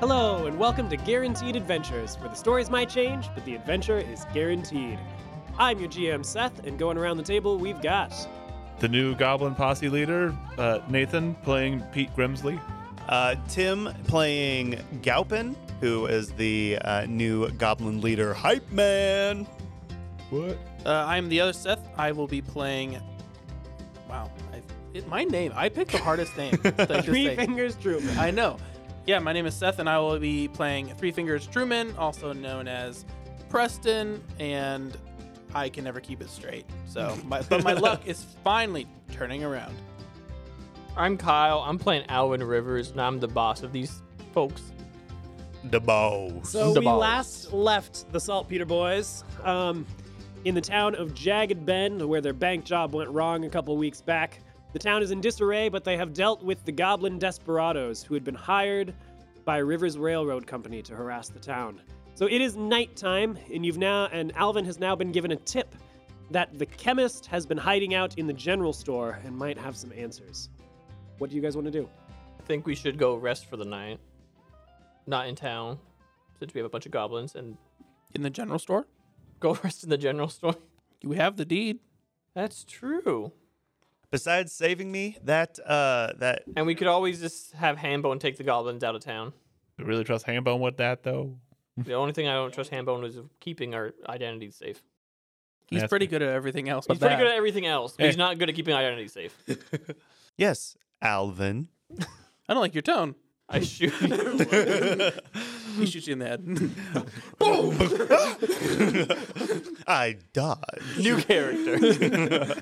Hello, and welcome to Guaranteed Adventures, where the stories might change, but the adventure is guaranteed. I'm your GM, Seth, and going around the table, we've got. the new Goblin Posse leader, uh, Nathan, playing Pete Grimsley. Uh, Tim playing Gaupin, who is the uh, new goblin leader hype man. What? Uh, I'm the other Seth. I will be playing. Wow, I, it, my name. I picked the hardest name. to just Three say. Fingers Truman. I know. Yeah, my name is Seth, and I will be playing Three Fingers Truman, also known as Preston, and I can never keep it straight. So, my, but my luck is finally turning around. I'm Kyle. I'm playing Alwyn Rivers, and I'm the boss of these folks. The boss. So The we balls. last left the Saltpeter Boys um, in the town of Jagged Bend, where their bank job went wrong a couple weeks back. The town is in disarray, but they have dealt with the Goblin Desperados, who had been hired by Rivers Railroad Company to harass the town. So it is nighttime, and you've now and Alvin has now been given a tip that the chemist has been hiding out in the general store and might have some answers. What do you guys want to do? I think we should go rest for the night. Not in town, since we have a bunch of goblins, and In the general store, go rest in the general store. we have the deed. That's true. Besides saving me, that uh, that And we could always just have Hambone take the goblins out of town. I really trust Hambone with that, though. The only thing I don't trust Hambone is keeping our identities safe. He's That's pretty good at everything else. but He's pretty that. good at everything else, but he's Eh. not good at keeping identities safe. yes, Alvin. I don't like your tone. I shoot. He shoots you in the head. I dodge. New character.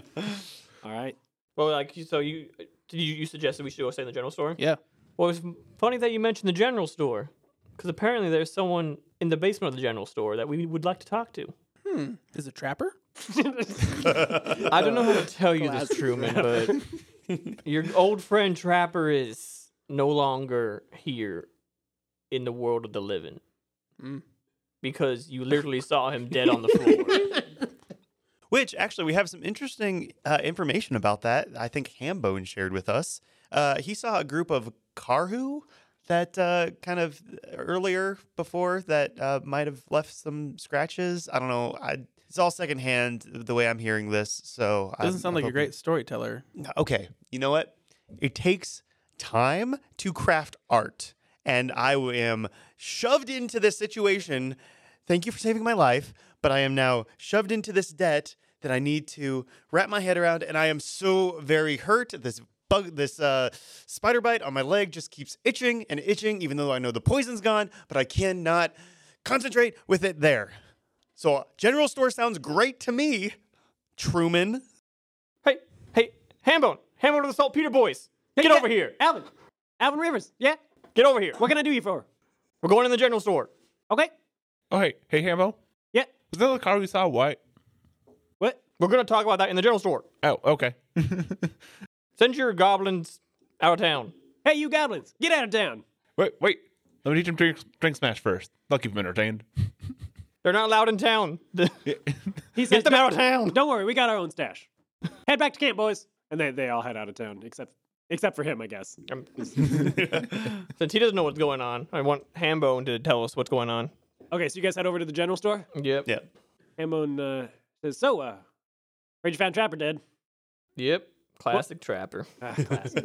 All right. well, like, so you, did you, you suggested we should go stay in the general store? yeah. Well, it's funny that you mentioned the general store, because apparently there's someone in the basement of the general store that we would like to talk to. Is it Trapper? I don't know how to tell you this, Truman, but your old friend Trapper is no longer here in the world of the living. Because you literally saw him dead on the floor. Which actually, we have some interesting uh, information about that. I think Hambone shared with us. Uh, he saw a group of Karhu that uh, kind of earlier before that uh, might have left some scratches. I don't know. I, it's all secondhand the way I'm hearing this. So I'm- Doesn't sound I'm like a hoping- great storyteller. okay, you know what? It takes time to craft art, and I am shoved into this situation. Thank you for saving my life, but I am now shoved into this debt that I need to wrap my head around, and I am so very hurt. This bug, this uh, spider bite on my leg just keeps itching and itching, even though I know the poison's gone, but I cannot concentrate with it there. So, general store sounds great to me, Truman. hey, hey, Hambone! Hambone of the Salt Peter Boys! Get over here! Alvin! Alvin Rivers! Yeah? Get over here! What can I do you for? We're going in the general store. Okay. Oh, hey, hey, Hambone. Yeah. Was that the car we saw white? What? We're gonna talk about that in the general store. Oh, okay. Send your goblins out of town. Hey, you goblins, get out of town. wait, wait. Let me teach him drink, drink smash first. I'll keep him entertained. They're not allowed in town. He says, them "No- out of town." Don't worry, we got our own stash. head back to camp, boys. And they, they all head out of town, except except for him, I guess. Um, Since he doesn't know what's going on, I want Hambone to tell us what's going on. Okay, so you guys head over to the general store. Yep. Yeah. Hamon uh, says, so, uh, heard you found Trapper dead. Yep. Classic trapper. Ah, classic.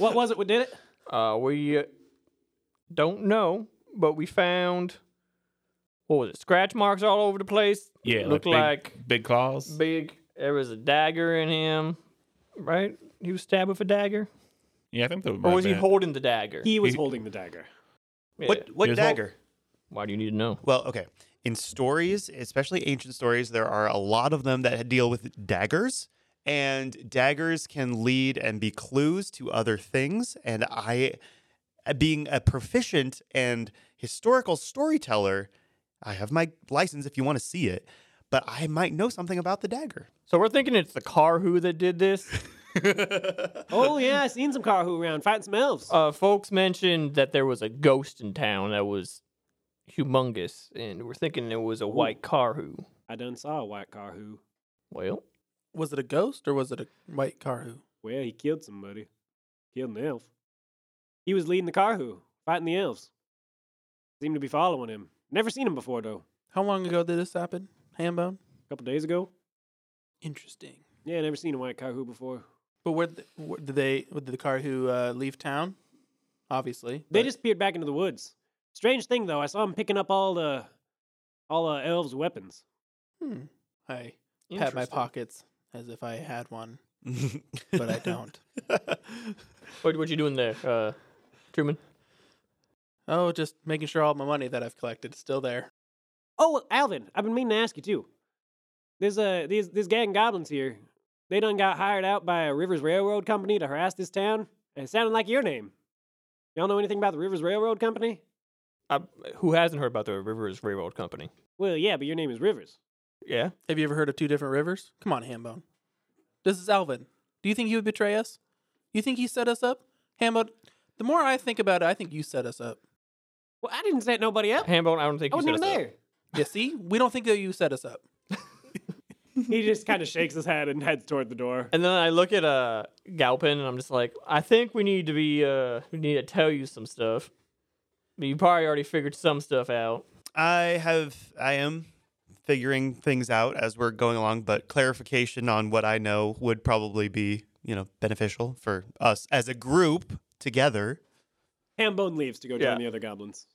what was it? What did it? Uh, we uh, don't know, but we found what was it? Scratch marks all over the place. Yeah, looked like like big, big claws. big. There was a dagger in him, right? He was stabbed with a dagger, yeah, I think that. or was he holding the dagger? He was He- holding the dagger. Yeah. What what Here's what- dagger? Why do you need to know? Well, okay. In stories, especially ancient stories, there are a lot of them that deal with daggers, and daggers can lead and be clues to other things. And I, being a proficient and historical storyteller, I have my license if you want to see it, but I might know something about the dagger. So we're thinking it's the car who that did this. Oh, yeah, I seen some Carhu around fighting some elves. uh, folks mentioned that there was a ghost in town that was humongous, and we're thinking it was a white Karhu. I done saw a white Carhu. Well, Was it a ghost or was it a white Karhu? Well, he killed somebody. Killed an elf. He was leading the Carhu, fighting the elves. Seem to be following him. Never seen him before though. How long ago did this happen? Hambone? A couple days ago. Interesting. Yeah, never seen a white kahu before. But where, th- where did they? Where did the car who uh, leave town? Obviously, They but- just peered back into the woods. Strange thing though, I saw him picking up all the all the elves' weapons. Hmm. I pat my Interesting. pockets as if I had one, but I don't. What, what you doing there, uh, Truman? oh, just making sure all my money that I've collected is still there. Oh, Alvin, I've been meaning to ask you too. There's a these this gang of goblins here. They done got hired out by a Rivers Railroad Company to harass this town. And it sounded like your name. Y'all know anything about the Rivers Railroad Company? I, who hasn't heard about the Rivers Railroad Company? Well, yeah, but your name is Rivers. Yeah. Have you ever heard of two different rivers? Come on, Hambone. This is Alvin. Do you think he would betray us? You think he set us up, Hambone? The more I think about it, I think you set us up. Well, I didn't set nobody up. Hambone, I don't think I you wasn't even said us up. there. Yeah, see, we don't think that you set us up. he just kind of shakes his head and heads toward the door. And then I look at uh Galpin and I'm just like, I think we need to be uh we need to tell you some stuff. But you probably already figured some stuff out. I have I am figuring things out as we're going along, but clarification on what I know would probably be, you know, beneficial for us as a group together. Hambone leaves to go join Yeah. the other goblins.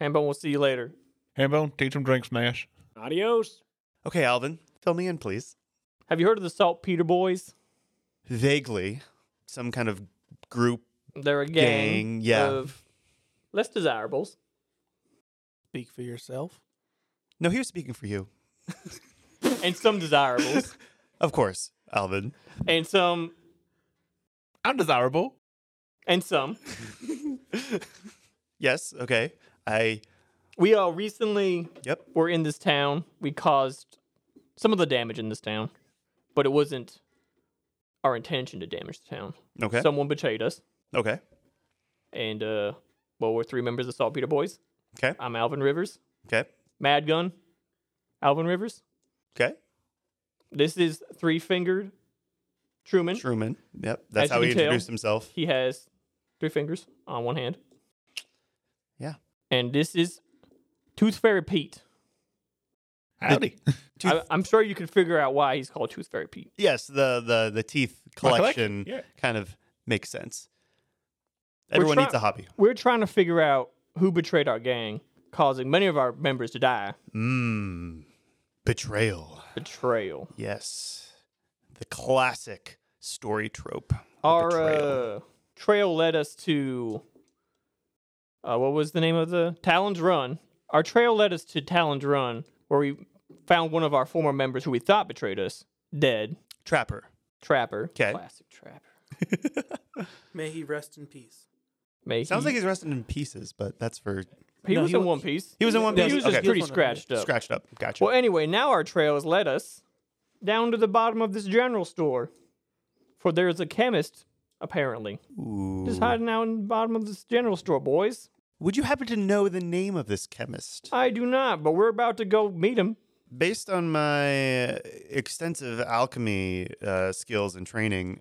Hambone, we'll see you later. Hambone, teach him drink smash. Adios. Okay, Alvin, fill me in, please. Have you heard of the Saltpeter Boys? Vaguely, some kind of group They're a gang, gang, yeah. of less desirables. Speak for yourself. No, he was speaking for you. And some desirables. Of course, Alvin. and some I'm desirable. and some. Yes, okay. I We all recently yep. were in this town. We caused some of the damage in this town. But it wasn't our intention to damage the town. Okay. Someone betrayed us. okay. and uh well we're three members of saltpeter boys Okay. i'm alvin rivers Okay. mad gun alvin rivers Okay. this is three fingered truman Truman. Yep. That's As you how he can tell, introduced himself. he has three fingers on one hand Yeah. and this is tooth fairy pete Howdy. I, i'm sure you can figure out why he's called tooth fairy pete Yes, the the the teeth Oh, My collection, collection, yeah. kind of makes sense. We're Everyone try- needs a hobby. we're trying to figure out who betrayed our gang causing many of our members to die Mmm. Betrayal. betrayal Yes. The classic story trope. of our betrayal. uh, trail led us to uh, what was the name of the Talon's Run. Our trail led us to Talon's Run, where we found one of our former members who we thought betrayed us, dead. Trapper. Trapper, 'Kay. classic Trapper. May he rest in peace. May Sounds he, like he's resting in pieces, but that's for he No, was he in wa- one piece. he was in one Yeah, piece. he was okay. just pretty He was one of them. scratched up. scratched up. Gotcha. Well, anyway, now our trail has led us down to the bottom of this general store, for there is a chemist apparently Ooh. just hiding out in the bottom of this general store, boys. Would you happen to know the name of this chemist? I do not, but we're about to go meet him. Based on my uh, extensive alchemy uh, skills and training,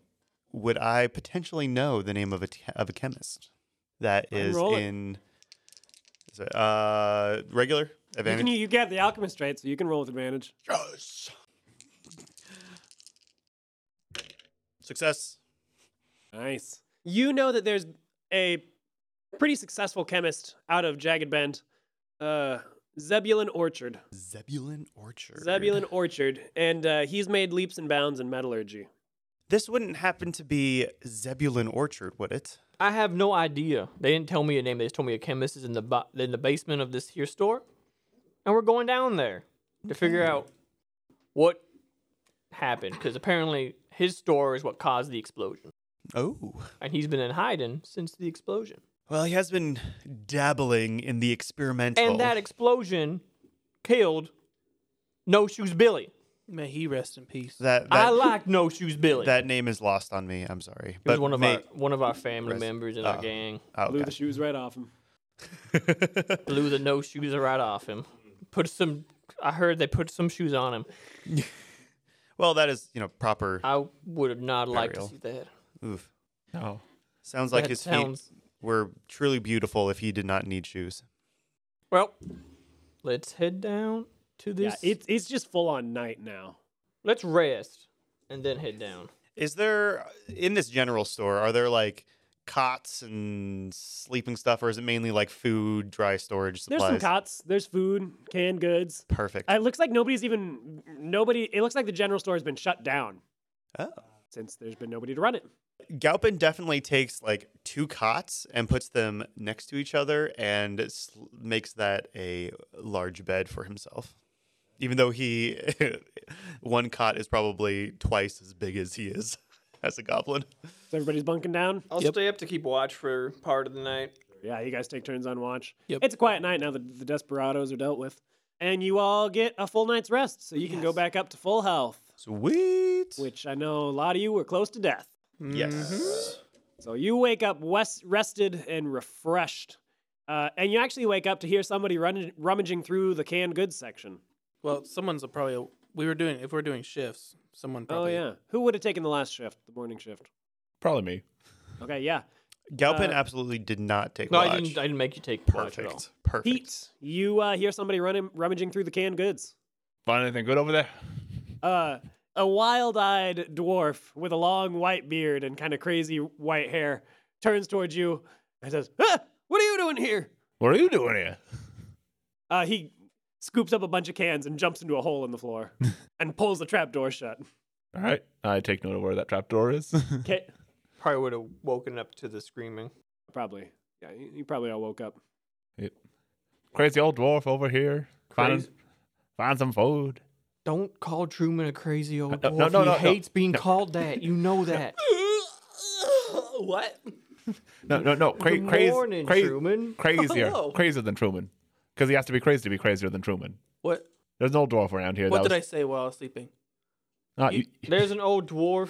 would I potentially know the name of a, t- of a chemist that is roll it. in is it, uh, regular You, can, advantage? you got the alchemist trait, so you can roll with advantage. Yes. Success. Nice. You know that there's a pretty successful chemist out of Jagged Bend, uh, Zebulon Orchard. Zebulon Orchard. Zebulon Orchard, and uh, he's made leaps and bounds in metallurgy. This wouldn't happen to be Zebulon Orchard, would it? I have no idea. They didn't tell me a name. They just told me a chemist is in the bo- in the basement of this here store, and we're going down there to figure out what happened because apparently his store is what caused the explosion, Oh. and he's been in hiding since the explosion. Well, he has been dabbling in the experimental. And that explosion killed No Shoes Billy. May he rest in peace. that, I that- like No Shoes Billy. That name is lost on me. I'm sorry. he was one of may- our one of our family Rest- members in oh. our gang. Oh, Blew okay. the shoes right off him. Blew the no shoes right off him. Put some. I heard they put some shoes on him. well, that is you know proper. I would have not liked Burial. to see that. Oof. No. Sounds like That his sounds feet were truly beautiful if he did not need shoes. Well, let's head down to Yeah, this. it's it's just full on night now. let's rest and then head down. Is there in this general store? Are there like cots and sleeping stuff, or is it mainly like food, dry storage There's supplies? some cots. There's food, canned goods. Perfect. It looks like nobody's even nobody. It looks like the general store has been shut down oh. since there's been nobody to run it. Galpin definitely takes like two cots and puts them next to each other and s- makes that a large bed for himself. Even though he, one cot is probably twice as big as he is as a goblin. So everybody's bunking down. I'll stay up to keep watch for part of the night. Yeah, you guys take turns on watch. Yep. It's a quiet night now that the desperados are dealt with, and you all get a full night's rest, so you can go back up to full health. Sweet. Which I know a lot of you were close to death. Yes. Mm-hmm. So you wake up west, rested and refreshed. Uh, and you actually wake up to hear somebody run, rummaging through the canned goods section. Well, someone's a probably we were doing if we're doing shifts, someone Oh, probably yeah. Who would have taken the last shift, the morning shift? Probably me. Okay, yeah. Galpin absolutely did not take Uh, No, watch. I didn't. I didn't make you take watch at all. Perfect. Perfect. Pete, you uh, hear somebody running, rummaging through the canned goods. Find anything good over there? Uh, a wild eyed dwarf with a long white beard and kind of crazy white hair turns towards you and says, ah, What are you doing here? What are you doing here? Uh, he scoops up a bunch of cans and jumps into a hole in the floor and pulls the trap door shut. All right. I take note of where that trapdoor is. Okay. Probably would have woken up to the screaming. Probably. Yeah, you you probably all woke up. Crazy old dwarf over here. Find, find some food. Don't call Truman a crazy old No, dwarf. no, no, he no, hates being no. called that. You know that. what? No, no, no. Cra- Good craze- morning, cra- Truman. Crazier. Hello. Crazier than Truman. Because he has to be crazy to be crazier than Truman. What? There's an old dwarf around here. What that did I was, say while I was sleeping? I? you, There's an old dwarf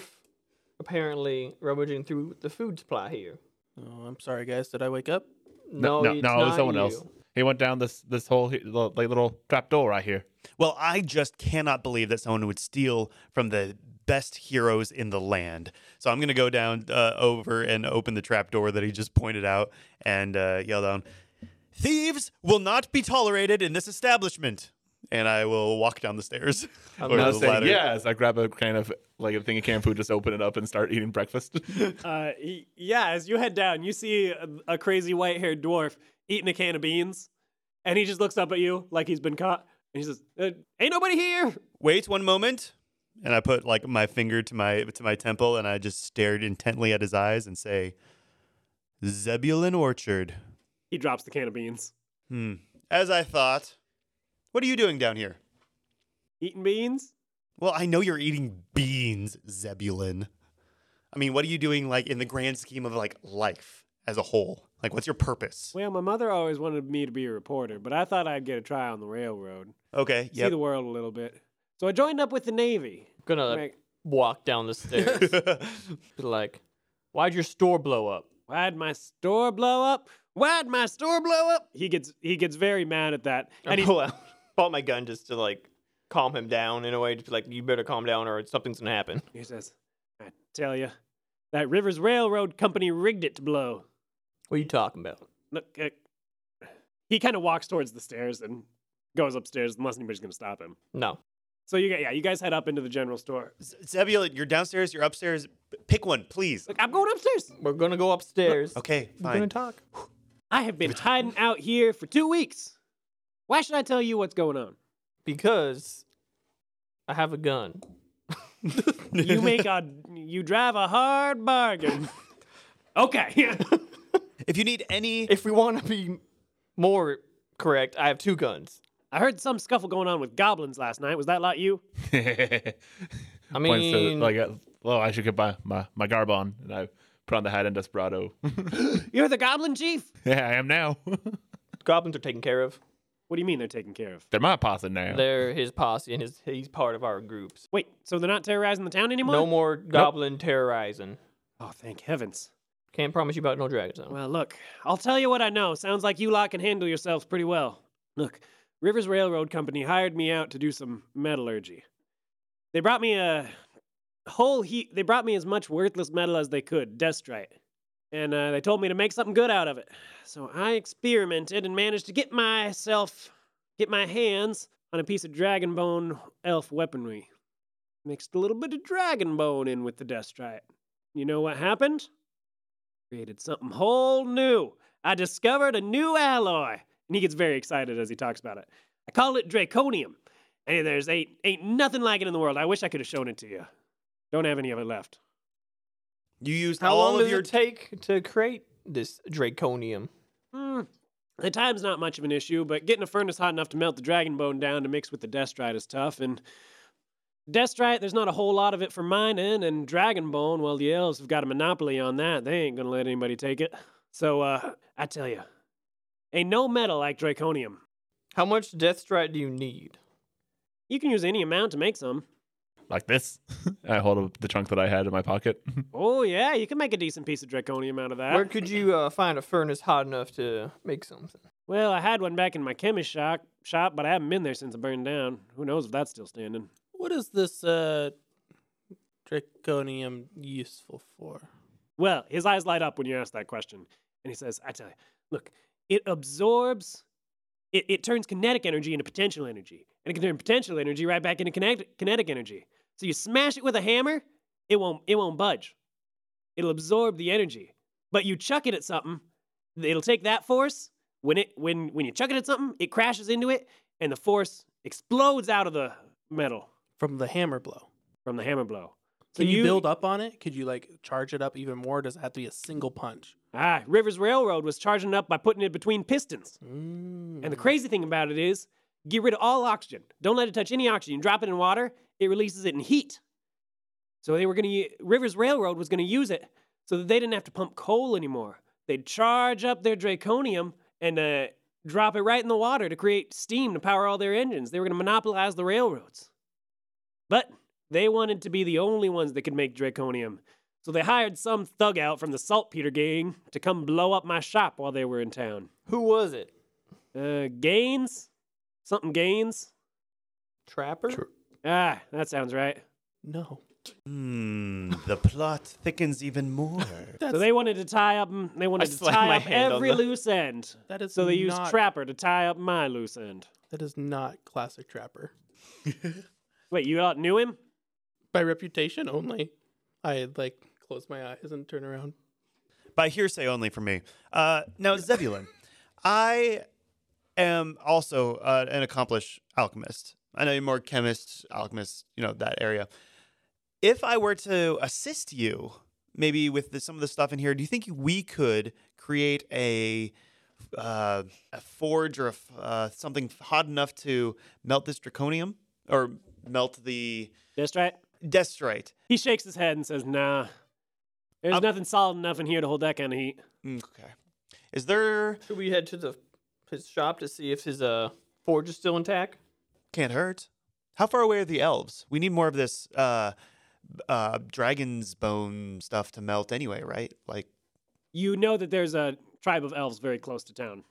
apparently rummaging through the food supply here. Oh, I'm sorry, guys. Did I wake up? No, no, it's no, it was not someone you. else. He went down this this whole he- little- like little trap door right here. Well, I just cannot believe that someone would steal from the best heroes in the land. So I'm going to go down uh, over and open the trap door that he just pointed out and uh, yell down, Thieves will not be tolerated in this establishment. And I will walk down the stairs or I Oh, the was saying, ladder. yes, I grab a kind of like a thing of canned food, just open it up and start eating breakfast. Uh, y- yeah, as you head down, you see a, a crazy white haired dwarf eating a can of beans. And he just looks up at you like he's been caught. And he says, "Uh, Ain't nobody here. Wait one moment. And I put like my finger to my to my temple and I just stared intently at his eyes and say, Zebulon Orchard. He drops the can of beans. Hmm. As I thought. What are you doing down here? Eating beans? Well, I know you're eating beans, Zebulon. I mean, what are you doing like in the grand scheme of like life as a whole? Like what's your purpose? Well, my mother always wanted me to be a reporter, but I thought I'd get a try on the railroad, Okay, see yep. the world a little bit. So I joined up with the Navy. Gonna Like, walk down the stairs. Be like, why'd your store blow up? Why'd my store blow up? Why'd my store blow up? He gets he gets very mad at that, and I he pull out, pull out my gun just to like calm him down in a way, to be like, you better calm down or something's gonna happen. He says, I tell you, that Rivers Railroad Company rigged it to blow. What are you talking about? Look, uh, he kind of walks towards the stairs and goes upstairs unless anybody's going to stop him. No. So you, gu- yeah, you guys head up into the general store. Z- Zebulon, you're downstairs, you're upstairs. P- Pick one, please. Look, I'm going upstairs. We're gonna go upstairs. Okay, We're gonna fine. talk. I have been hiding out here for two weeks. Why should I tell you what's going on? Because I have a gun. You make a, you drive a hard bargain. Okay. If you need any If we wanna be more correct, I have two guns. I heard some scuffle going on with goblins last night. Was that lot you? I Points to mean, like, uh, oh, I should get my my my garb on, and I put on the hat and desperado. You're the goblin chief? yeah, I am now. goblins are taken care of. What do you mean they're taken care of? They're my posse now. They're his posse, and his, he's part of our groups. Wait, so they're not terrorizing the town anymore? No more goblin terrorizing. Oh, thank heavens. Can't promise you about no dragons. though. Well, look, I'll tell you what I know. Sounds like you lot can handle yourselves pretty well. Look, Rivers Railroad Company hired me out to do some metallurgy. They brought me a whole heap. They brought me as much worthless metal as they could, destrite. and uh, they told me to make something good out of it. So I experimented and managed to get myself, get my hands on a piece of dragon bone elf weaponry. Mixed a little bit of dragon bone in with the destrite. You know what happened? Created something whole new. I discovered a new alloy. And he gets very excited as he talks about it. I call it draconium. And there's ain't, ain't nothing like it in the world. I wish I could have shown it to you. Don't have any of it left. You used How all long of does your it take to create this draconium? Hmm. The time's not much of an issue, but getting a furnace hot enough to melt the dragon bone down to mix with the destrite is tough. And destrite, there's not a whole lot of it for mining, and dragon bone, well, the elves have got a monopoly on that. They ain't gonna let anybody take it. So, uh, I tell you, ain't no metal like draconium. How much deathstrike do you need? You can use any amount to make some. Like this. I hold up the chunk that I had in my pocket. Oh yeah, you can make a decent piece of draconium out of that. Where could you uh, find a furnace hot enough to make something? Well, I had one back in my chemist shop, shop, but I haven't been there since it burned down. Who knows if that's still standing? What is this uh, draconium useful for? Well, his eyes light up when you ask that question. And he says, I tell you, look, it absorbs, it, it turns kinetic energy into potential energy. And it can turn potential energy right back into kinetic, kinetic energy. So you smash it with a hammer, it won't, it won't budge. It'll absorb the energy. But you chuck it at something, it'll take that force. When, it, when, when you chuck it at something, it crashes into it, and the force explodes out of the metal From the hammer blow. from the hammer blow. So Can you, build up on it? Could you like charge it up even more? Does it have to be a single punch? Ah, Rivers Railroad was charging it up by putting it between pistons. And the crazy thing about it is, get rid of all oxygen. Don't let it touch any oxygen. Drop it in water, it releases it in heat. So they were going to Rivers Railroad was going to use it so that they didn't have to pump coal anymore. They'd charge up their draconium and uh, drop it right in the water to create steam to power all their engines. They were going to monopolize the railroads. But they wanted to be the only ones that could make draconium. So they hired some thug out from the saltpeter gang to come blow up my shop while they were in town. Who was it? Uh, Gaines? Something Gaines? Trapper? Ah, that sounds right. Mm, No. Hmm, the plot thickens even more. so they wanted to tie up. They wanted to slammed tie my up hand on every the- loose end. That is So they used not- Trapper to tie up my loose end. That is not classic trapper. Wait, you all knew him? By reputation only. I like close my eyes and turn around. By hearsay only for me. Uh, now, Zebulon, I am also uh, an accomplished alchemist. I know you're more chemist, alchemist, you know, that area. If I were to assist you, maybe with the, some of the stuff in here, do you think we could create a uh, a forge or a f uh, something hot enough to melt this draconium or melt the That's right. destrite? He shakes his head and says, "Nah, there's I'm- nothing solid enough in here to hold that kind of heat." Mm, Okay. Is there Should we head to the his shop to see if his uh forge is still intact? Can't hurt. How far away are the elves? We need more of this uh, b- uh, dragon's bone stuff to melt anyway, right? Like, You know that there's a tribe of elves very close to town.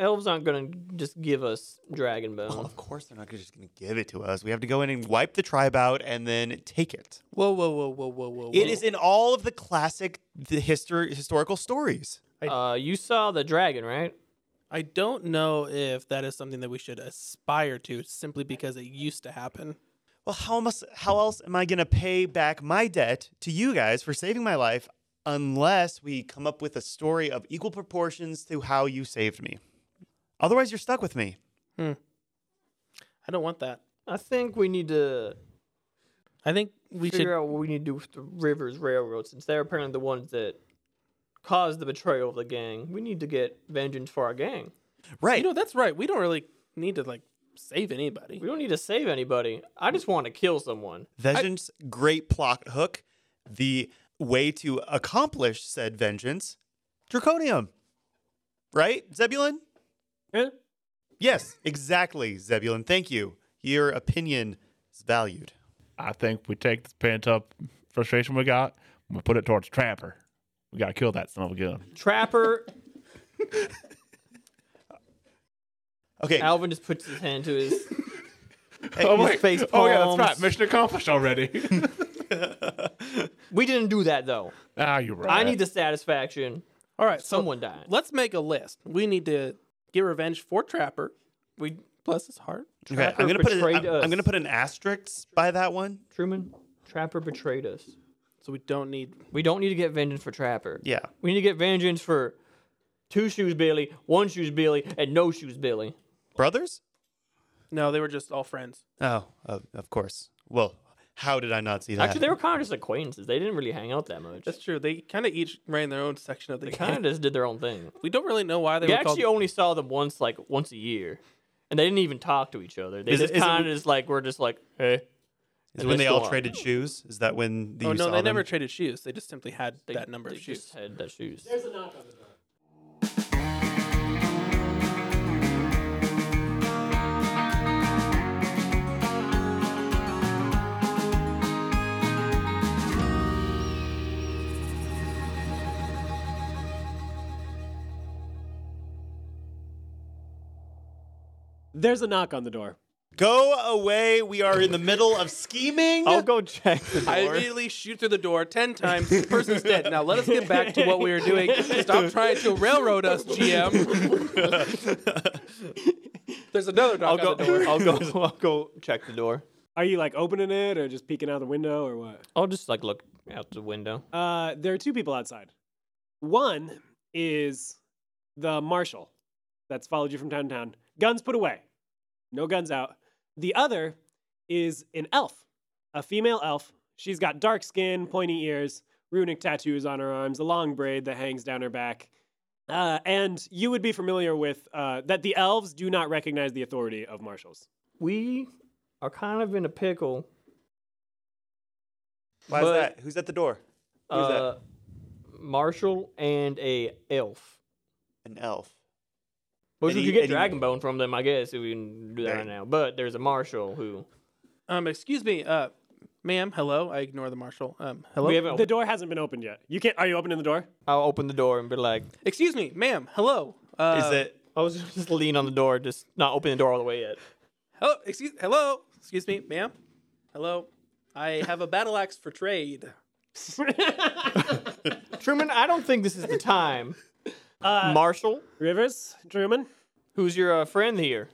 Elves aren't gonna just give us dragon well, bone. of course they're not just going to give it to us. We have to go in and wipe the tribe out and then take it. Whoa, whoa, whoa, whoa, whoa, whoa. It is in all of the classic the histor- historical stories. Uh, you saw the dragon, right? I don't know if that is something that we should aspire to simply because it used to happen. Well, how must, how else am I going to pay back my debt to you guys for saving my life unless we come up with a story of equal proportions to how you saved me? Otherwise, you're stuck with me. I don't want that. I think we need to I think we figure should out what we need to do with the Rivers Railroad, since they're apparently the ones that caused the betrayal of the gang. We need to get vengeance for our gang. Right. You know, that's right. We don't really need to like save anybody. We don't need to save anybody. I just want to kill someone. Vengeance, great plot hook. The way to accomplish said vengeance, draconium. Right, Zebulon? Huh? Yes, exactly, Zebulon. Thank you. Your opinion is valued. I think we take this pent up frustration we got and we put it towards Trapper. We gotta kill that son of a gun. Trapper Okay, Alvin just puts his hand to his oh his face oh yeah, that's palms. right. Mission accomplished already. We didn't do that though. Ah, you're right. I need the satisfaction. All right, so Someone died. Let's make a list. We need to get revenge for Trapper. We bless his heart. Okay, I'm gonna put it, betrayed I'm, I'm us. gonna put an asterisk by that one. Truman, Trapper betrayed us. So we don't need. We don't need to get vengeance for Trapper. Yeah. We need to get vengeance for two shoes Billy, one shoes Billy, and no shoes Billy. Brothers? No, they were just all friends. Oh, of, of course. Well, how did I not see that? Actually, they were kind of just acquaintances. They didn't really hang out that much. That's true. They kind of each ran their own section of the They game. kind of just did their own thing. We don't really know why they We were called. actually only saw them once, like once a year, and they didn't even talk to each other. They Is it- just is it- kind of just like were just like, hey. Is it when they all Squad. traded shoes? Is that when the oh you no, saw they never them? traded shoes. They just simply had They, that number they of shoes. Just had that shoes. There's a knock on the door. There's a knock on the door. Go away. We are in the middle of scheming. I'll go check the door. I immediately shoot through the door ten times. The person's dead. Now let us get back to what we were doing. Stop trying to railroad us, GM. There's another knock I'll on the go. door. I'll go. I'll go check the door. Are you like opening it or just peeking out the window or what? I'll just like look out the window. Uh, there are two people outside. One is the marshal that's followed you from town to town. Guns put away, no guns out. The other is an elf, a female elf. She's got dark skin, pointy ears, runic tattoos on her arms, a long braid that hangs down her back. Uh, and you would be familiar with uh, that the elves do not recognize the authority of marshals. We are kind of in a pickle. Why is But- that? Who's at the door? Who's that? Uh, Marshall and a elf. An elf. Which And we he- could get and he- Dragon Bone from them, I guess, if we can do that Right. right now. But there's a Marshall who Um, excuse me, uh, ma'am. Hello. I ignore the marshal. Um, hello. we haven't. The door hasn't been opened yet. You can't. Are you opening the door? I'll open the door and be like, excuse me, ma'am. Hello. Uh, Is it? I was just lean on the door, just not open the door all the way yet. Hello. Excuse. Hello. Excuse me, ma'am. Hello. I have a battle axe for trade. Truman, I don't think this is the time. Uh, Marshall, Rivers, Truman, who's your uh, friend here?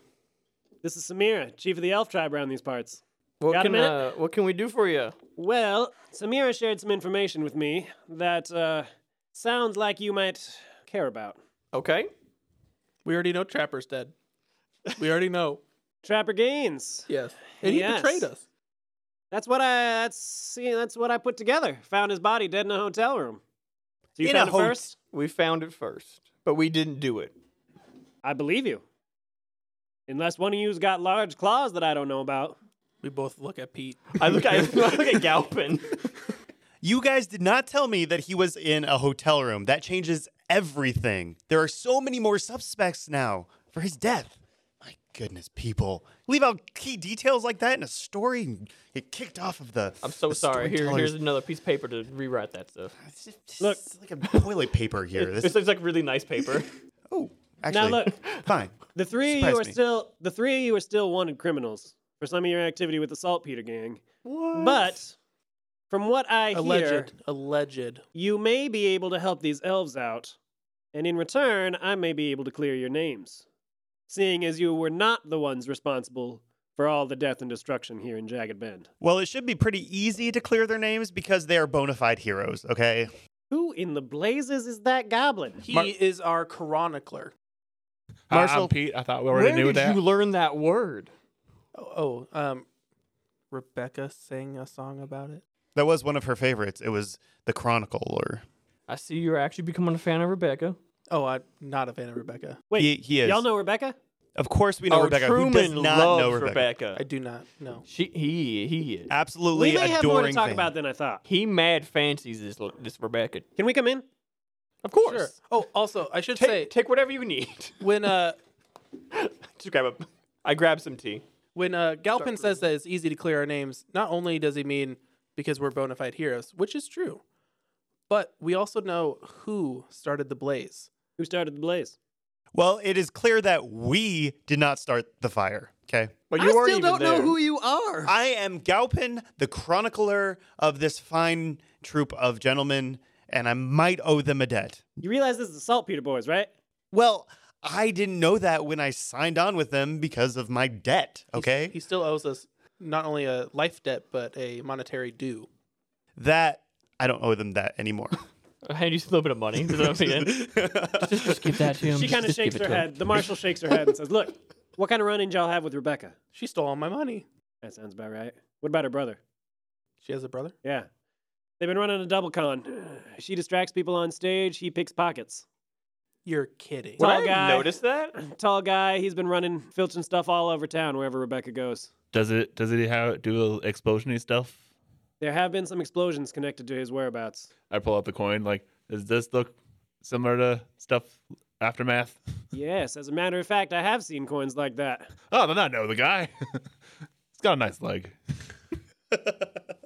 this is Samira, chief of the elf tribe around these parts. What Got a can minute? uh, what can we do for you? Well, Samira shared some information with me that uh, sounds like you might care about. Okay, We already know Trapper's dead. We already know. Trapper Gaines. Yes. And Yes. he betrayed us. That's what I. That's see. That's what I put together. Found his body dead in a hotel room. So you In a found it hot- first. we found it first, but we didn't do it. I believe you. Unless one of you's got large claws that I don't know about. We both look at Pete. I look at I look at Galpin. You guys did not tell me that he was in a hotel room. That changes everything. There are so many more suspects now for his death. My goodness, people. Leave out key details like that in a story and get kicked off of the. I'm so the sorry. Here, storytellers. here's another piece of paper to rewrite that stuff. It's just- Look. it's like a toilet paper here. It's, This, it's like really nice paper. Now oh, actually. look, Fine. The three of you Surprise are me. still the three of you are still wanted criminals for some of your activity with the saltpeter gang. But from what I hear, Alleged. Alleged. you may be able to help these elves out, and in return, I may be able to clear your names, seeing as you were not the ones responsible for all the death and destruction here in Jagged Bend. Well, it should be pretty easy to clear their names because they are bona fide heroes, okay? Who in the blazes is that goblin? He Mar- is our chronicler. Hi, Marshall- I'm Pete. I thought we Where already knew did that. you learn that word? Oh, oh, um, Rebecca sang a song about it. That was one of her favorites. It was The Chronicler. I see you're actually becoming a fan of Rebecca. Oh, I'm not a fan of Rebecca. Wait, He, he is. y'all know Rebecca? Of course we know Oh, Rebecca. Truman Who does not loves know Rebecca? I do not know. She he he is. Absolutely We may have more adoring to talk fan. about than I thought. He mad fancies this l- this Rebecca. Can we come in? Of Sure. Oh, also, I should Take, say take whatever you need. when uh Just grab a. I grab some tea. when uh Galpin says that it's easy to clear our names, not only does he mean because we're bona fide heroes, which is true, but we also know who started the blaze. Who started the blaze? Well, it is clear that we did not start the fire. Okay. But I you weren't still even don't there. know who you are. I am Galpin, the chronicler of this fine troop of gentlemen, and I might owe them a debt. You realize this is the Saltpeter Boys, right? Well, I didn't know that when I signed on with them because of my debt. Okay. He still owes us not only a life debt but a monetary due. that I don't owe them that anymore. I hand you a little bit of money. Is what I'm saying. just, just give that to him. She just- kind of just give shakes it her to him. head. The marshal shakes her head and says, "Look, what kind of run-in y'all have with Rebecca? She stole all my money. That sounds about right. What about her brother? She has a brother. Yeah, they've been running a double con. She distracts people on stage. He picks pockets. You're kidding. What? Would Tall I have guy. noticed that? Tall guy. He's been running, filching stuff all over town wherever Rebecca goes. Does it? Does it have do explosiony stuff? There have been some explosions connected to his whereabouts. I pull out the coin. Like, does this look similar to stuff aftermath? Yes, as a matter of fact, I have seen coins like that. Oh, then I know the guy. He's got a nice leg.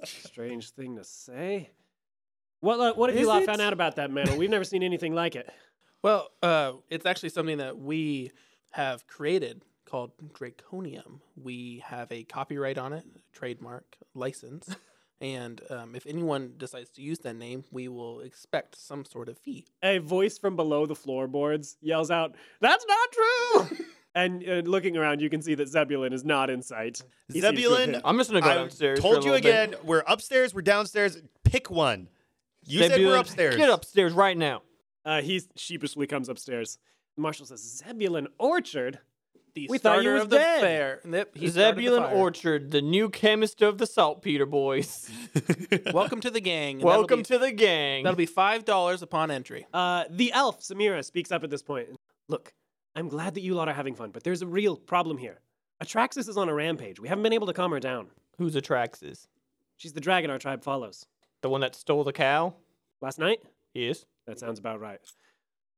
Strange thing to say. What uh, what have you Is lot it? found out about that metal? We've never seen anything like it. Well, uh, it's actually something that we have created called Draconium. We have a copyright on it, trademark, license, and um, if anyone decides to use that name, we will expect some sort of fee. A voice from below the floorboards yells out, "That's not true!" and uh, looking around, you can see that Zebulon is not in sight. He seems to have Zebulon, hit- I'm just gonna go I downstairs. for a told you little bit. again, we're upstairs, we're downstairs. Pick one. You said we're Zebulon, upstairs. Get upstairs right now. uh, he sheepishly comes upstairs. The marshal says, "Zebulon Orchard." The We thought you starter was of the dead. fair. Yep, he started the Zebulon fire. Orchard, the new chemist of the Saltpeter Boys. Welcome to the gang. and that'll Welcome be- to the gang. That'll be five dollars upon entry. Uh, the elf Samira speaks up at this point. Look, I'm glad that you lot are having fun, but there's a real problem here. Atraxis is on a rampage. We haven't been able to calm her down. Who's Atraxis? She's the dragon our tribe follows. The one that stole the cow? Last night? Yes. That sounds about right.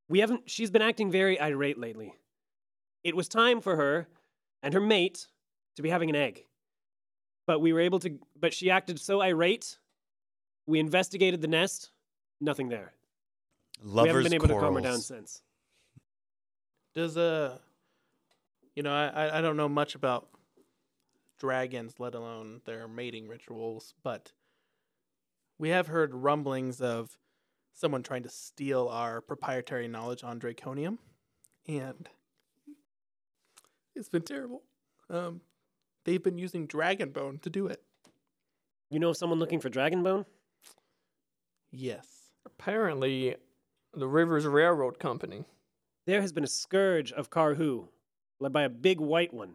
We haven't. She's been acting very irate lately. It was time for her and her mate to be having an egg. But we were able to. But she acted so irate. We investigated the nest. Nothing there. Lovers we haven't been able to calm her down quarrels. since. Does uh, you know, I I- I don't know much about dragons, let alone their mating rituals, but we have heard rumblings of someone trying to steal our proprietary knowledge on draconium, and it's been terrible. Um, they've been using dragon bone to do it. You know of someone looking for Dragonbone? Yes. Apparently, the Rivers Railroad Company. There has been a scourge of Karhu, led by a big white one,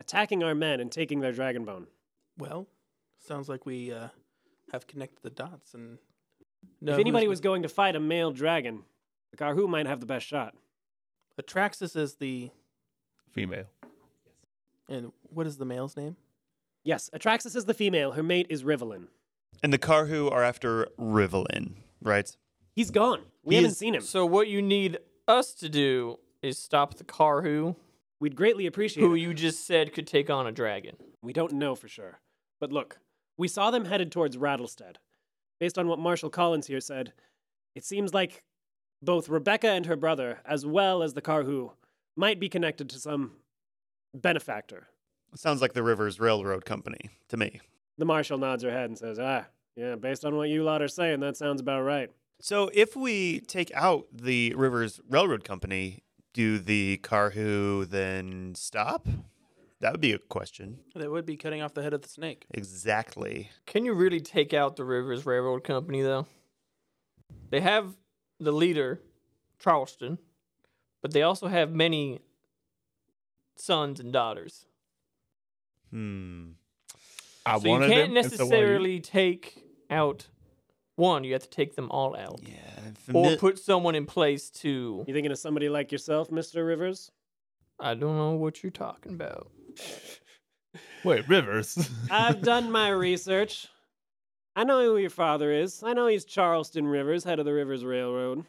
attacking our men and taking their Dragonbone. Well, sounds like we uh, have connected the dots and. know if who's anybody been- was going to fight a male dragon, the Karhu might have the best shot. Atraxas is the Female. and what is the male's name? Yes, Atraxis is the female. Her mate is Rivelin. And the Carhu are after Rivelin, right? He's gone. We He haven't is- seen him. So, what you need us to do is stop the car who, We'd greatly appreciate who it. you just said could take on a dragon. We don't know for sure. But look, we saw them headed towards Rattlestead. Based on what Marshall Collins here said, it seems like both Rebecca and her brother, as well as the Karhu, might be connected to some benefactor. Sounds like the Rivers Railroad Company to me. The Marshal nods her head and says, Ah, yeah, based on what you lot are saying, that sounds about right. So if we take out the Rivers Railroad Company, do the Carhu then stop? That would be a question. That would be cutting off the head of the snake. Exactly. Can you really take out the Rivers Railroad Company, though? They have the leader, Charleston, but they also have many sons and daughters. Hmm. I so you wanted can't him, and so why you? necessarily take out one. You have to take them all out, Yeah. or fami- put someone in place to. You thinking of somebody like yourself, Mr. Rivers? I don't know what you're talking about. Wait, Rivers. I've done my research. I know who your father is. I know he's Charleston Rivers, head of the Rivers Railroad.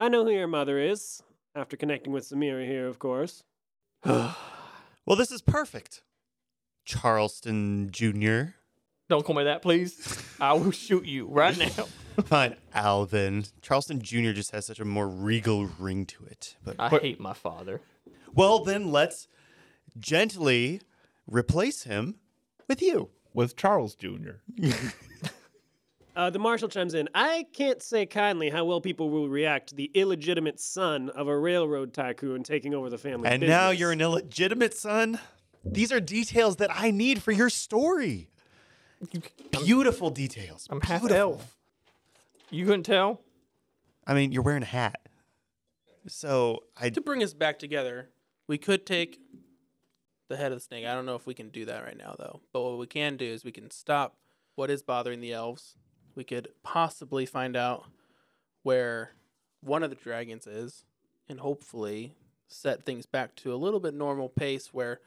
I know who your mother is, after connecting with Samira here, of course. well, this is perfect. Charleston Jr. Don't call me that, please. I will shoot you right now. Fine, Alvin. Charleston Jr. just has such a more regal ring to it. But I hate my father. well, then let's gently replace him with you. with Charles Jr. Uh, the marshal chimes in. I can't say kindly how well people will react to the illegitimate son of a railroad tycoon taking over the family. And business. now you're an illegitimate son. These are details that I need for your story. Beautiful details. I'm half Beautiful. elf. You couldn't tell? I mean, you're wearing a hat. So I To bring us back together, we could take the head of the snake. I don't know if we can do that right now, though. But what we can do is we can stop what is bothering the elves. We could possibly find out where one of the dragons is and hopefully set things back to a little bit normal pace where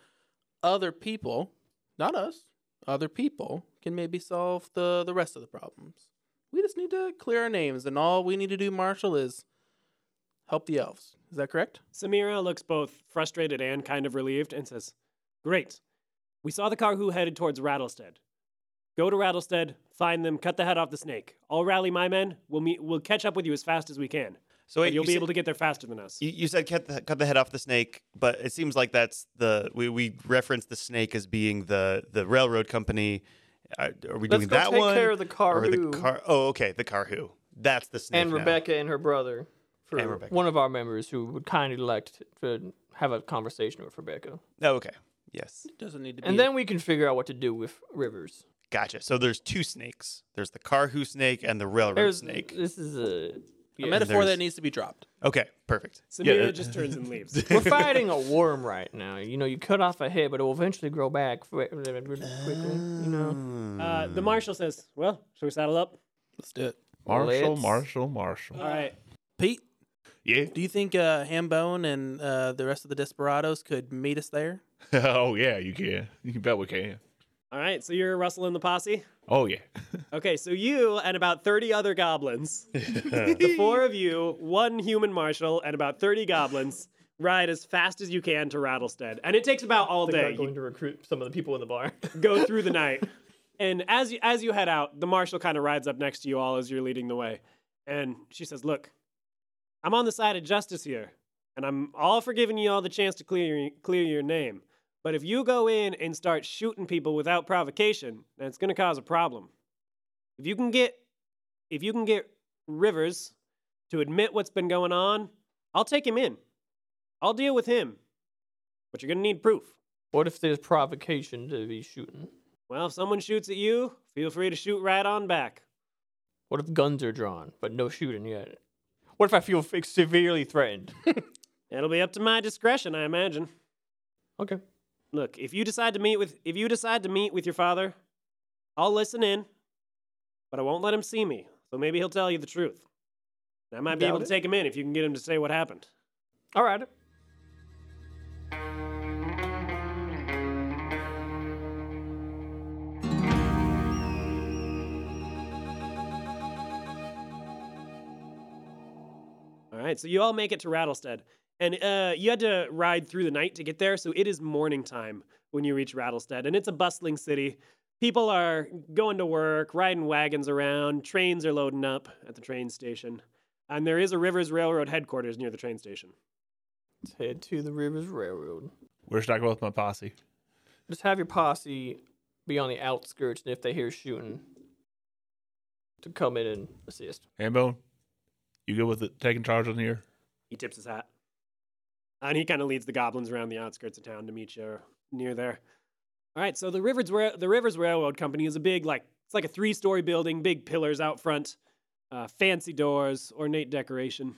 other people, not us, other people can maybe solve the, the rest of the problems. We just need to clear our names, and all we need to do, Marshall, is help the elves. Is that correct? Samira looks both frustrated and kind of relieved and says, Great. We saw the Carhu headed towards Rattlestead. Go to Rattlestead, find them, cut the head off the snake. I'll rally my men. We'll meet, we'll catch up with you as fast as we can. so but you'll you be said- able to get there faster than us. You, you said cut the, cut the head off the snake, but it seems like that's the we, we referenced the snake as being the the railroad company. Are, are we Let's doing go that take one? care of the Or the Carhu. car? Oh, okay, the car who? That's the snake. and now. Rebecca and her brother for And Rebecca. one of our members who would kindly like to, to have a conversation with Rebecca. Oh, okay. Yes. Doesn't need to be. And then we can figure out what to do with Rivers. Gotcha. So there's two snakes. There's the car who snake and the railroad There's- snake. This is a a metaphor there's- that needs to be dropped. Okay, perfect. Samira yeah. just turns and leaves. We're fighting a worm right now. You know, you cut off a head, but it will eventually grow back fa- really quickly. You know, Uh, the marshal says, Well, shall we saddle up? Let's do it. Marshall, Let's- Marshall, Marshall. All right. Pete, yeah. do you think uh, Hambone and uh, the rest of the Desperados could meet us there? oh yeah, you can. You can bet we can. All right. So you're rustling the posse? Oh yeah. Okay, so you and about 30 other goblins, the four of you, one human marshal, and about 30 goblins ride as fast as you can to Rattlestead. And it takes about all day. You to recruit some of the people in the bar. go through the night. And as you, as you head out, the marshal kind of rides up next to you all as you're leading the way. And she says, Look, I'm on the side of justice here, and I'm all for giving you all the chance to clear your, clear your name. But if you go in and start shooting people without provocation, then it's going to cause a problem. If you can get if you can get Rivers to admit what's been going on, I'll take him in. I'll deal with him. But you're going to need proof. what if there's provocation to be shooting? Well, if someone shoots at you, feel free to shoot right on back. What if guns are drawn, but no shooting yet? What if I feel f- severely threatened? It'll be up to my discretion, I imagine. okay. Look, if you decide to meet with if you decide to meet with your father, I'll listen in, but I won't let him see me. So maybe he'll tell you the truth. And I might be Doubt able to it. take him in if you can get him to say what happened. All right. All right, so you all make it to Rattlestead, and uh, you had to ride through the night to get there. So it is morning time when you reach Rattlestead, and it's a bustling city. People are going to work, riding wagons around. Trains are loading up at the train station, and there is a Rivers Railroad headquarters near the train station. Let's head to the Rivers Railroad. Where should I go with my posse? Just have your posse be on the outskirts, and if they hear shooting, to come in and assist. Hambone, you good with it taking charge on here? He tips his hat, and he kind of leads the goblins around the outskirts of town to meet you near there. All right, so the Rivers Ra- the Rivers Railroad Company is a big like it's like a three story building, big pillars out front, uh, fancy doors, ornate decoration,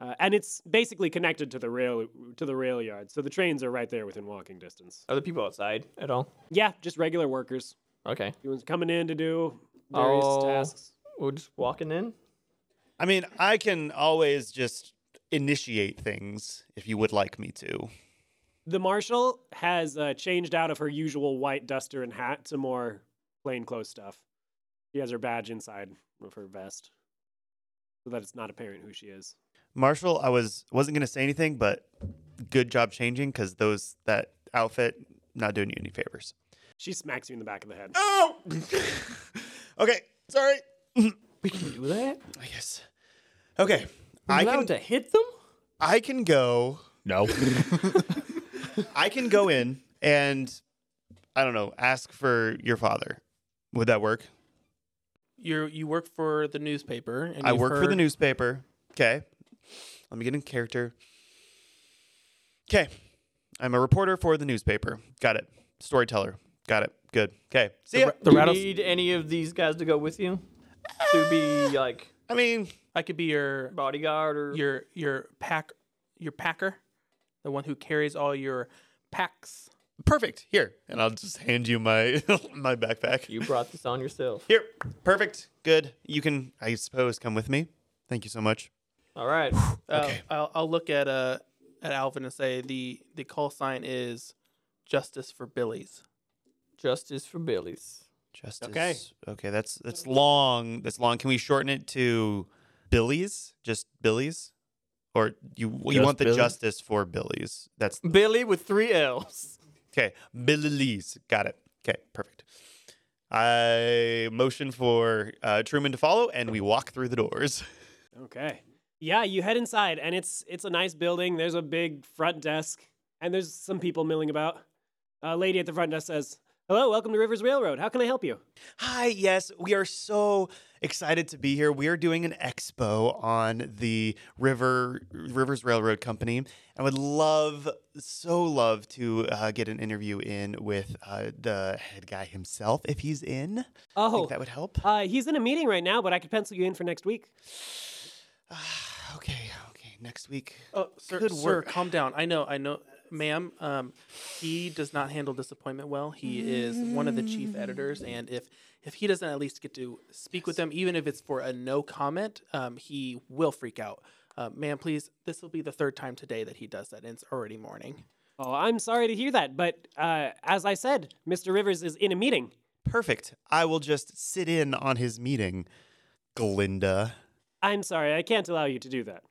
uh, and it's basically connected to the rail to the rail yard. So the trains are right there within walking distance. Are the people outside at all? Yeah, just regular workers Okay. doing coming in to do various Oh. tasks. We're just walking in. I mean, I can always just initiate things if you would like me to. The marshal has uh, changed out of her usual white duster and hat to more plainclothes stuff. She has her badge inside of her vest, so that it's not apparent who she is. Marshall, I was wasn't gonna say anything, but good job changing because those that outfit not doing you any favors. She smacks you in the back of the head. Oh. okay, sorry. We can do that. I guess. Okay. We're I allowed can to hit them. I can go No. I can go in and I don't know, ask for your father. Would that work? You you work for the newspaper. And I you've work for the heard- newspaper. Okay. Let me get in character. Okay. I'm a reporter for the newspaper. Got it. Storyteller. Got it. Good. Okay. See ya. The do rattles- you need any of these guys to go with you to be like I mean, I could be your bodyguard or your your pack your packer, the one who carries all your packs. perfect. Here. And I'll just hand you my my backpack. you brought this on yourself. Here. Perfect. Good. You can I suppose come with me. Thank you so much. All right. Uh, Okay. I'll, I'll look at uh at Alvin and say the the call sign is justice for Billy's. Justice for Billy's. Justice. Okay. Okay, that's that's long. That's long. Can we shorten it to Billy's? Just Billy's? Or you you Just want the Billy's? justice for Billy's? That's Billy with three L's. okay. Billy's. Got it. Okay, perfect. I motion for uh, Truman to follow, and we walk through the doors. Okay. Yeah, you head inside, and it's it's a nice building. There's a big front desk, and there's some people milling about. A lady at the front desk says, "Hello, welcome to Rivers Railroad. How can I help you?" Hi, yes, we are so excited to be here. We are doing an expo on the River Rivers Railroad Company. I would love, so love to uh, get an interview in with uh, the head guy himself if he's in. I Oh, think that would help. uh, he's in a meeting right now, but I could pencil you in for next week. Okay, okay, next week. Oh, sir, Good sir, work. calm down. I know, I know, ma'am. Um, he does not handle disappointment well. He is one of the chief editors, and if if he doesn't at least get to speak with them, even if it's for a no comment, um, he will freak out. Uh, ma'am, please. This will be the third time today that he does that, and it's already morning. Oh, I'm sorry to hear that, but uh, as I said, Mr. Rivers is in a meeting. Perfect. I will just sit in on his meeting, Glinda. I'm sorry, I can't allow you to do that.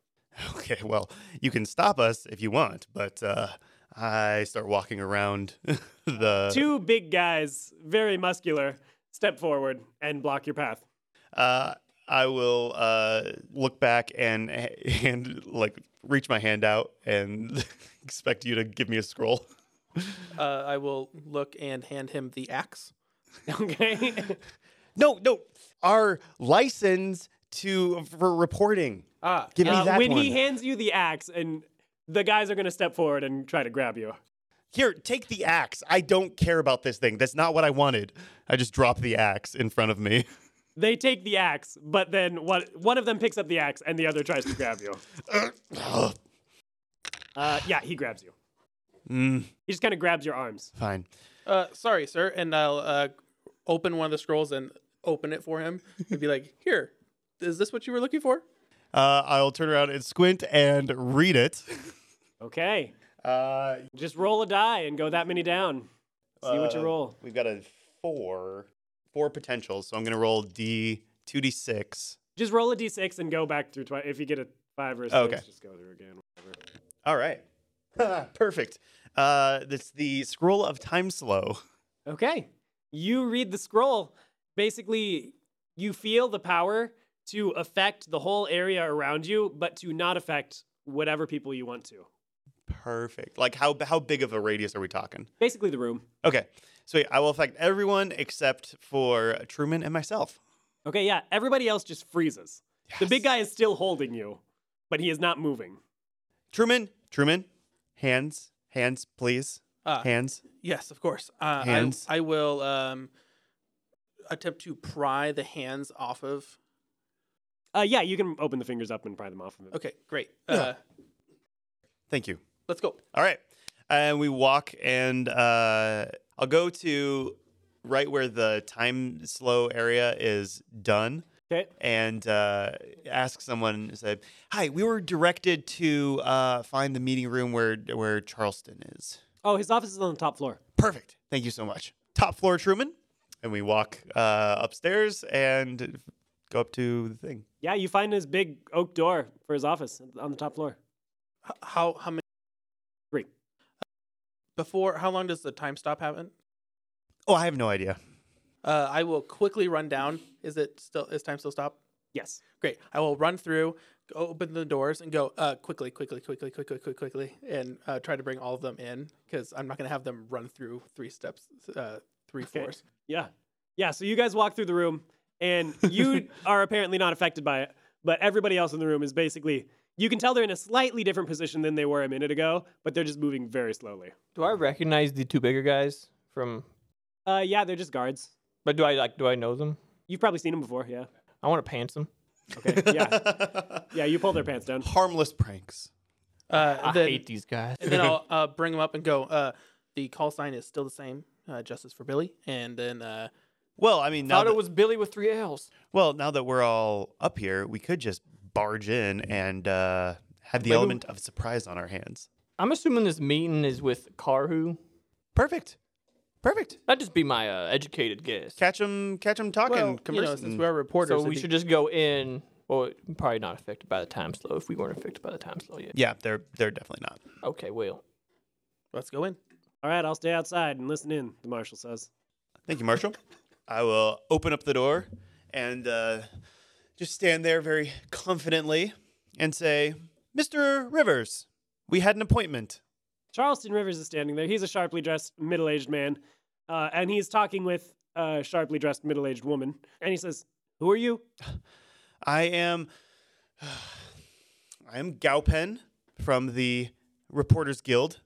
Okay, well, you can stop us if you want, but uh, I start walking around the. Two big guys, very muscular, step forward and block your path. Uh, I will uh, look back and and like reach my hand out and expect you to give me a scroll. Uh, I will look and hand him the axe. Okay. No, no, our license to for reporting. Ah, Give me Uh, that when one. he hands you the axe, and the guys are going to step forward and try to grab you. Here, take the axe. I don't care about this thing. That's not what I wanted. I just dropped the axe in front of me. They take the axe, but then one, one of them picks up the axe and the other tries to grab you. Ugh. Uh, yeah, he grabs you. Mm, He just kind of grabs your arms. fine. uh, sorry, sir. And I'll uh, open one of the scrolls and open it for him, and be like, "Here, is this what you were looking for?" Uh, I'll turn around and squint and read it. Okay. Uh, Just roll a die and go that many down. See what you Uh, roll. We've got a four, four potentials. So I'm gonna roll d two d six. Just roll a d6 and go back through twice. If you get a five or a six, Okay. just go through again. All right, perfect. Uh, that's the scroll of time slow. Okay. You read the scroll. Basically, you feel the power to affect the whole area around you, but to not affect whatever people you want to. Perfect. Like how how big of a radius are we talking? Basically, the room. Okay, so yeah, I will affect everyone except for Truman and myself. Okay, yeah. Everybody else just freezes. The big guy is still holding you, but he is not moving. Truman, Truman, hands, hands, please, Ah. hands. Yes, of course. Uh, I- Hands. I, will um, attempt to pry the hands off of. Uh, yeah, you can open the fingers up and pry them off of him. Okay, great. Uh, Thank you. let's go. All right. And we walk, and uh, I'll go to right where the time slow area is done Okay. and uh, ask someone, say, Hi, we were directed to uh, find the meeting room where, where Charleston is. Oh, his office is on the top floor. Perfect. Thank you so much. Top floor, Truman. And we walk uh, upstairs and go up to the thing. Yeah, you find his big oak door for his office on the top floor. H- How how many Three. before? How long does the time stop happen? Oh, I have no idea. Uh, I will quickly run down. Is it still? Is time still stop? Yes. Great. I will run through, go open the doors, and go uh, quickly, quickly, quickly, quickly, quickly, quickly, and uh, try to bring all of them in because I'm not going to have them run through three steps, uh, three floors. Yeah. Yeah. So you guys walk through the room, and you are apparently not affected by it, but everybody else in the room is basically. You can tell they're in a slightly different position than they were a minute ago, but they're just moving very slowly. Do I recognize the two bigger guys from? Uh, yeah, they're just guards. But do I like? Do I know them? You've probably seen them before, yeah. I want to pants them. Okay, yeah, yeah. You pull their pants down. Harmless pranks. Uh, I then- hate these guys. and then I'll uh, bring them up and go. Uh, the call sign is still the same, uh, Justice for Billy. And then uh, Well, I mean, now Thought that, it was Billy with three L's. well, now that we're all up here, we could just barge in and uh, have the Maybe- element of surprise on our hands. I'm assuming this meeting is with Carhu. Perfect. Perfect. That'd just be my uh, educated guess. Catch them, catch them talking, well, Oh, you know, conversing. since we're reporters, So it'd we be- should just go in. Well, probably not affected by the time slow. If we weren't affected by the time slow yet. yeah, they're they're definitely not. Okay, well, let's go in. All right, I'll stay outside and listen in. The marshal says. Thank you, Marshall. I will open up the door and uh, just stand there very confidently and say, Mr. Rivers, we had an appointment. Charleston Rivers is standing there. He's a sharply dressed middle aged man, uh, and he's talking with a sharply dressed middle aged woman. And he says, Who are you? I am I am Gaupen from the Reporters Guild.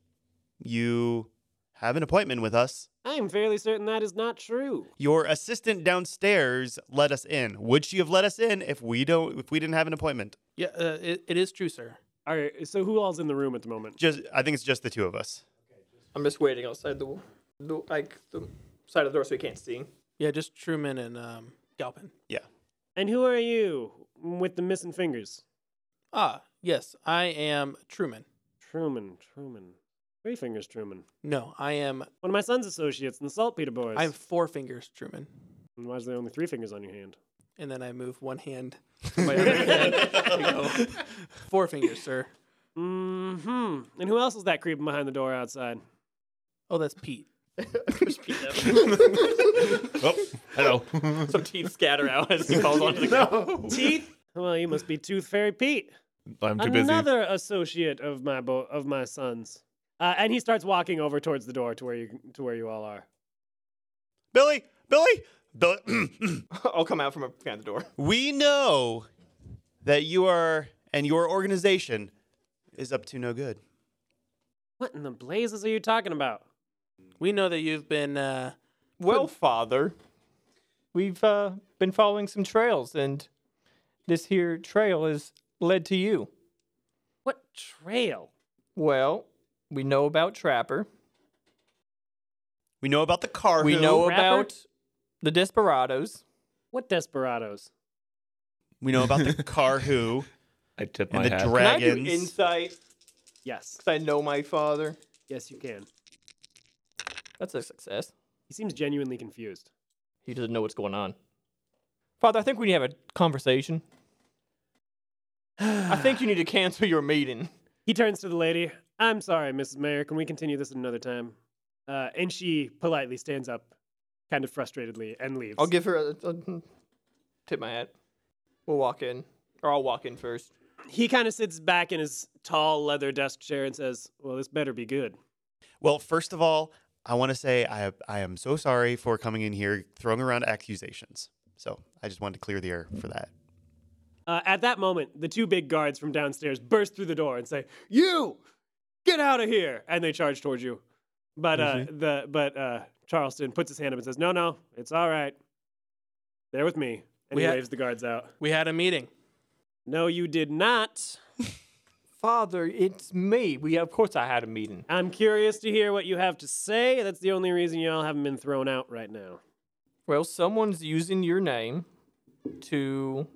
You have an appointment with us. I am fairly certain that is not true. Your assistant downstairs let us in. Would she have let us in if we don't if we didn't have an appointment? Yeah, uh, it, it is true, sir. All right, so who all's in the room at the moment? Just I think it's just the two of us. I'm just waiting outside the, the like the side of the door so we can't see. Yeah, just Truman and um, Galpin. Yeah. And who are you with the missing fingers? Ah, yes, I am Truman. Truman, Truman. Three fingers, Truman. No, I am. One of my son's associates in the Saltpeter Boys. I am four fingers, Truman. And Why is there only three fingers on your hand? and then I move one hand to my other hand. I go, Four fingers, sir. Mm hmm. And who else is that creeping behind the door outside? Oh, that's Pete. Oh, hello. Some teeth scatter out as he falls onto the ground. Teeth? Well, you must be Tooth Fairy Pete. I'm too busy. another associate of my bo- of my son's. Uh, and he starts walking over towards the door to where you to where you all are. Billy, Billy, Billy I'll come out from behind the door. We know that you are and your organization is up to no good. What in the blazes are you talking about? We know that you've been. Uh, Well, father, we've uh, been following some trails, and this here trail has led to you. What trail? Well, we know about Trapper. We know about the car. We who- know Trapper? about the Desperados. What desperados? we know about the car who I tip and my the hat. dragons. Can I do insight? Yes, Because I know my father. yes, you can. That's a success. He seems genuinely confused. He doesn't know what's going on. Father, I think we need to have a conversation. I think you need to cancel your meeting. He turns to the lady. I'm sorry, Mrs. Mayor. Can we continue this another time? Uh, and she politely stands up, kind of frustratedly, and leaves. I'll give her a, a- tip my hat. We'll walk in, or I'll walk in first. he kind of sits back in his tall leather desk chair and says, "Well, this better be good." well, first of all, I want to say I I am so sorry for coming in here throwing around accusations. So I just wanted to clear the air for that. Uh, at that moment, the two big guards from downstairs burst through the door and say, "You, get out of here!" And they charge towards you. But uh, the but uh, Charleston puts his hand up and says, "No, no, it's all right. They're with me." And We he ha- waves the guards out. we had a meeting. No, you did not. Father, it's me. We of course I had a meeting. I'm curious to hear what you have to say. That's the only reason y'all haven't been thrown out right now. Well, someone's using your name to,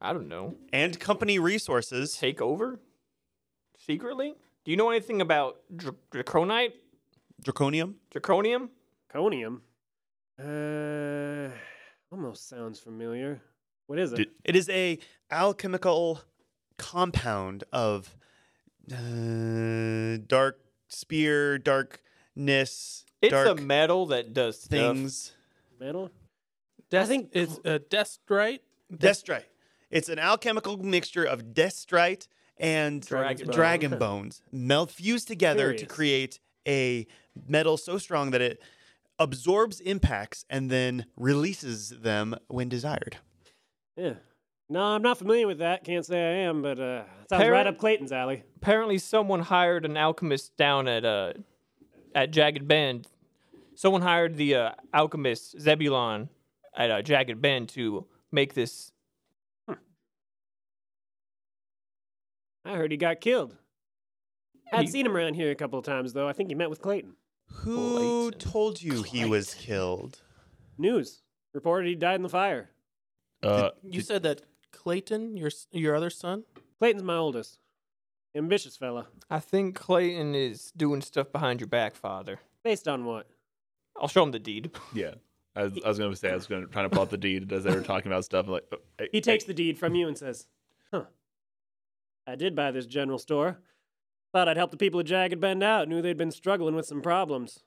I don't know, And company resources. take over secretly. Do you know anything about dr- draconite, Draconium. draconium? Conium. Uh, almost sounds familiar. What is it? Did- It is a alchemical compound of uh, dark spear, darkness, It's dark a metal that does things. things. Metal. Des- think- it's uh, Destrite. Destrite. It's an alchemical mixture of destrite and Dragon bone. dragon bones melt fused together to Curious. create a metal so strong that it absorbs impacts and then releases them when desired. Yeah. No, I'm not familiar with that. Can't say I am, but uh, it sounds Parrot- right up Clayton's alley. apparently someone hired an alchemist down at uh at Jagged Bend. Someone hired the uh, alchemist Zebulon at uh, Jagged Bend to make this. I heard he got killed. I'd He- seen him around here a couple of times, though. I think he met with Clayton. Who Clayton. told you he was killed? News reported he died in the fire. Uh, You said that Clayton, your s- your other son, Clayton's my oldest. Ambitious fella. I think Clayton is doing stuff behind your back, Father. Based on what? I'll show him the deed. yeah. I was, I was gonna say I was gonna trying to pull out the deed as they were talking about stuff. Like oh, He takes the deed from you and says, Huh. I did buy this general store. Thought I'd help the people of Jagged Bend out. Knew they'd been struggling with some problems.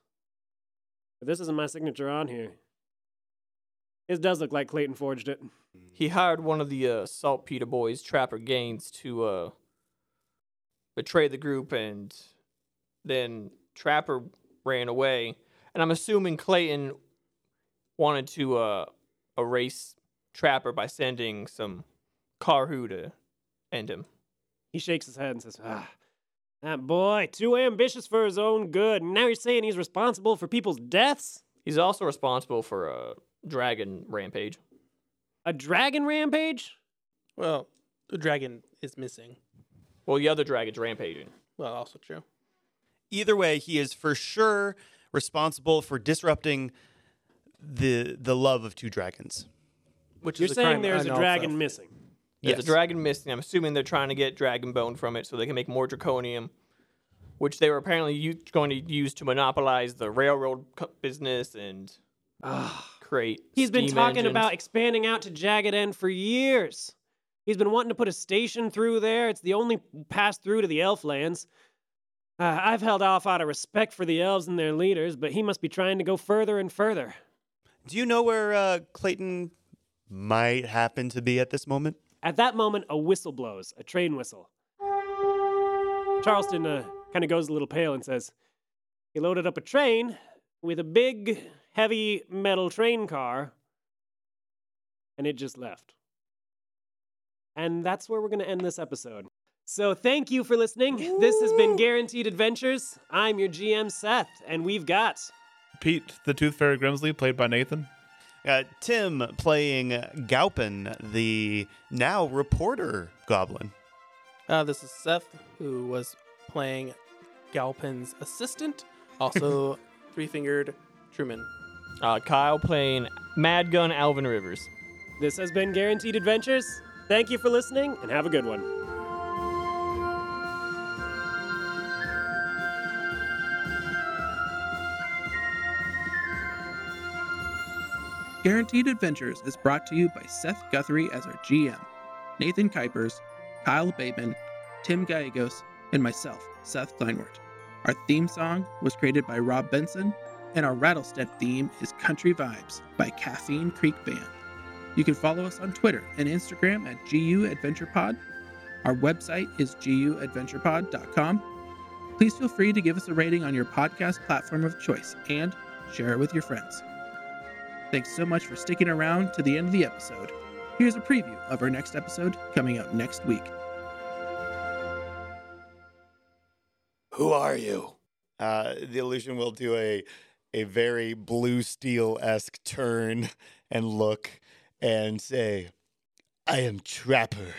But this isn't my signature on here. His does look like Clayton forged it. He hired one of the uh, Saltpeter Boys, Trapper Gaines, to uh, betray the group, and then Trapper ran away. And I'm assuming Clayton wanted to uh, erase Trapper by sending some Carhu to end him. He shakes his head and says, Ah, that boy, too ambitious for his own good. And now you're saying he's responsible for people's deaths? He's also responsible for a dragon rampage. A dragon rampage? well, the dragon is missing. Well, the other dragon's rampaging. Well, also true. Either way, he is for sure responsible for disrupting the the love of two dragons. Which You're is saying crime there's in a and of dragon itself. missing. There's Yes. a dragon missing. I'm assuming they're trying to get dragon bone from it so they can make more draconium, which they were apparently u- going to use to monopolize the railroad co- business and create. Ah. He's been steam talking engines. about expanding out to Jagged End for years. He's been wanting to put a station through there. It's the only pass through to the elf lands. Uh, I've held off out of respect for the elves and their leaders, but he must be trying to go further and further. Do you know where uh, Clayton might happen to be at this moment? At that moment, a whistle blows, a train whistle. Charleston uh, kind of goes a little pale and says, He loaded up a train with a big, heavy metal train car, and it just left. And that's where we're going to end this episode. So, thank you for listening. This has been Guaranteed Adventures. I'm your GM, Seth, and we've got. Pete the Tooth Fairy Grimsley, played by Nathan. Uh, Tim playing Gaupin, the now reporter goblin. Uh, this is Seth, who was playing Galpin's assistant, also three fingered Truman. uh, Kyle playing Mad Gun Alvin Rivers. This has been Guaranteed Adventures. Thank you for listening, and have a good one. Guaranteed Adventures is brought to you by Seth Guthrie as our GM, Nathan Kuipers, Kyle Bateman, Tim Gallegos, and myself, Seth Kleinwort. Our theme song was created by Rob Benson, and our Rattlesnap theme is Country Vibes by Caffeine Creek Band. You can follow us on Twitter and Instagram at GU Adventure Pod. Our website is guadventurepod.com. Please feel free to give us a rating on your podcast platform of choice and share it with your friends. Thanks so much for sticking around to the end of the episode. Here's a preview of our next episode coming out next week. Who are you? Uh, the illusion will do a a very blue steel esque turn and look and say, "I am Trapper."